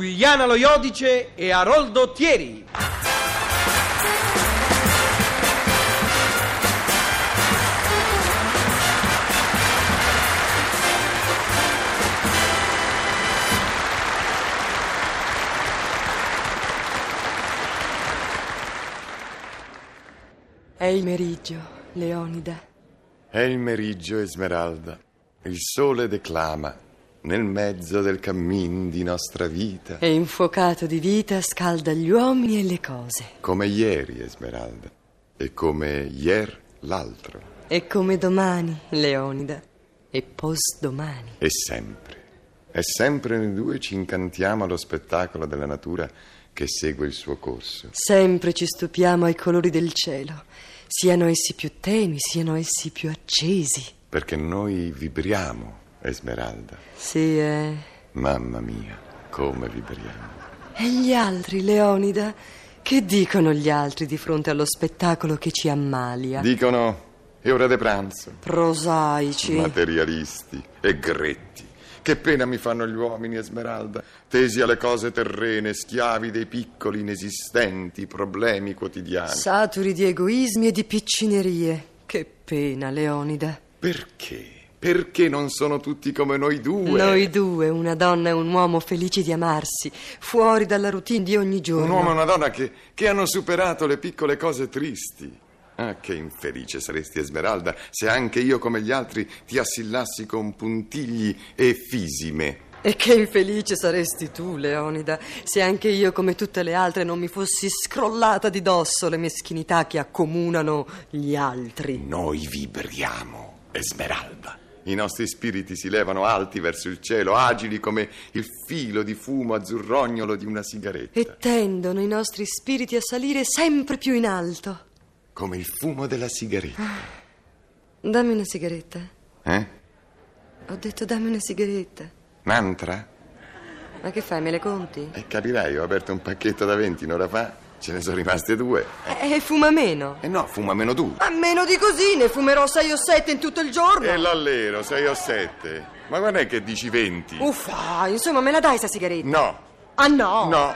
Giuliana Lo Iodice e Aroldo Thieri. È il meriggio, Leonida. È il meriggio, Esmeralda. Il sole declama nel mezzo del cammin di nostra vita. E infuocato di vita scalda gli uomini e le cose. Come ieri, Esmeralda. E come ier l'altro. E come domani, Leonida. E postdomani. E sempre. E sempre noi due ci incantiamo allo spettacolo della natura che segue il suo corso. Sempre ci stupiamo ai colori del cielo, siano essi più tenui, siano essi più accesi. Perché noi vibriamo, Esmeralda. Sì, eh. Mamma mia, come vibriamo. E gli altri, Leonida? Che dicono gli altri di fronte allo spettacolo che ci ammalia? Dicono è ora di pranzo. Prosaici. Materialisti e gretti. Che pena mi fanno gli uomini, Esmeralda, tesi alle cose terrene, schiavi dei piccoli, inesistenti problemi quotidiani. Saturi di egoismi e di piccinerie. Che pena, Leonida. Perché? Perché non sono tutti come noi due? Noi due, una donna e un uomo felici di amarsi, fuori dalla routine di ogni giorno. Un uomo e una donna che, che hanno superato le piccole cose tristi. Ah, che infelice saresti, Esmeralda, se anche io, come gli altri, ti assillassi con puntigli e fisime. E che infelice saresti tu, Leonida, se anche io, come tutte le altre, non mi fossi scrollata di dosso le meschinità che accomunano gli altri. Noi vibriamo, Esmeralda. I nostri spiriti si levano alti verso il cielo, agili come il filo di fumo azzurrognolo di una sigaretta. E tendono i nostri spiriti a salire sempre più in alto. Come il fumo della sigaretta. Dammi una sigaretta. Eh? Ho detto dammi una sigaretta. Mantra? Ma che fai, me le conti? E capirai, ho aperto un pacchetto da 20 un'ora fa, ce ne sono rimaste due. E Eh, fuma meno. E no, fuma meno tu. A meno di così ne fumerò sei o sette in tutto il giorno. E l'allero, 6 o 7. Ma quando è che dici 20? Uffa, insomma, me la dai sta sigaretta? No, Ah no? no,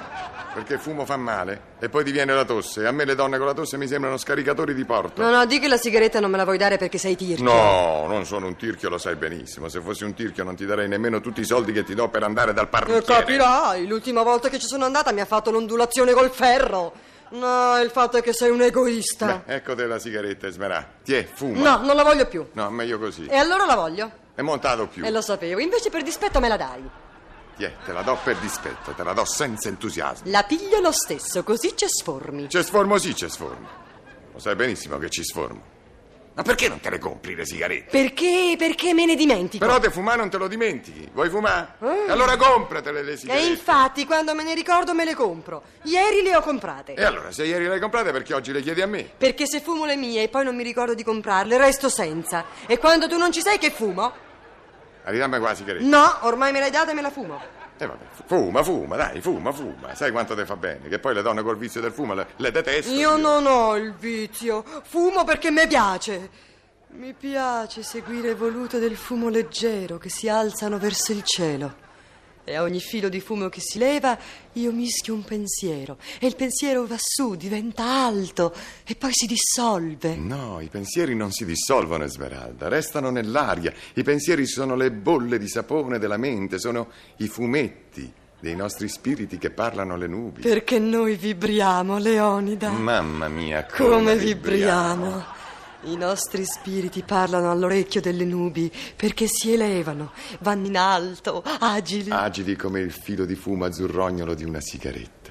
perché il fumo fa male e poi ti viene la tosse. A me le donne con la tosse mi sembrano scaricatori di porto. No, no, di che la sigaretta non me la vuoi dare perché sei tirchio. Cioè? No, non sono un tirchio, lo sai benissimo. Se fossi un tirchio non ti darei nemmeno tutti i soldi che ti do per andare dal Eh, parrucchiere. Capirai, l'ultima volta che ci sono andata mi ha fatto l'ondulazione col ferro. No, il fatto è che sei un egoista. Beh, eccote la sigaretta, Esmerà. Tiè, fuma. No, non la voglio più. No, meglio così. E allora la voglio. È montato più. E Eh, lo sapevo, invece per dispetto me la dai. Tiè, te la do per dispetto, te la do senza entusiasmo. La piglio lo stesso, così ci sformi. C'è sformo, sì, c'è sformo. Lo sai benissimo che ci sformo. Ma perché non te le compri le sigarette? Perché? Perché me ne dimentico? Però te fumare non te lo dimentichi. Vuoi fumare? Eh. E allora compratele le E sigarette. infatti, quando me ne ricordo me le compro. Ieri le ho comprate. E allora, se ieri le hai comprate, perché oggi le chiedi a me? Perché se fumo le mie e poi non mi ricordo di comprarle, resto senza. E quando tu non ci sei, che fumo? Arriviamo qua la sigaretta. No, ormai me l'hai data e me la fumo. E Eh, vabbè, fu- fuma, fuma, dai, fuma, fuma. Sai quanto ti fa bene? Che poi le donne col vizio del fumo le, le detesto. Io non ho il vizio, fumo perché mi piace. Mi piace seguire il voluto del fumo leggero che si alzano verso il cielo. E a ogni filo di fumo che si leva io mischio un pensiero e il pensiero va su, diventa alto e poi si dissolve. No, i pensieri non si dissolvono, Esmeralda, restano nell'aria. I pensieri sono le bolle di sapone della mente, sono i fumetti dei nostri spiriti che parlano alle nubi. Perché noi vibriamo, Leonida. Mamma mia, come, Come vibriamo! I nostri spiriti parlano all'orecchio delle nubi perché si elevano, vanno in alto, agili. Agili come il filo di fumo azzurrognolo di una sigaretta.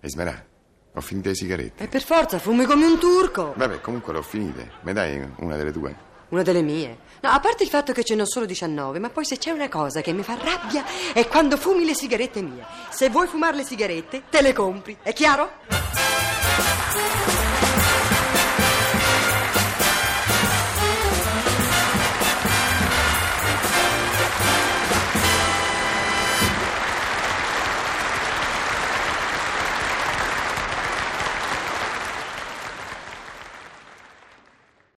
Esmerà, ho finito le sigarette. E per forza fumi come un turco. Vabbè, comunque le ho finite. Me dai una delle due? Una delle mie. No, a parte il fatto che ce ne ho solo 19, ma poi se c'è una cosa che mi fa rabbia è quando fumi le sigarette mie. Se vuoi fumare le sigarette, te le compri, è chiaro?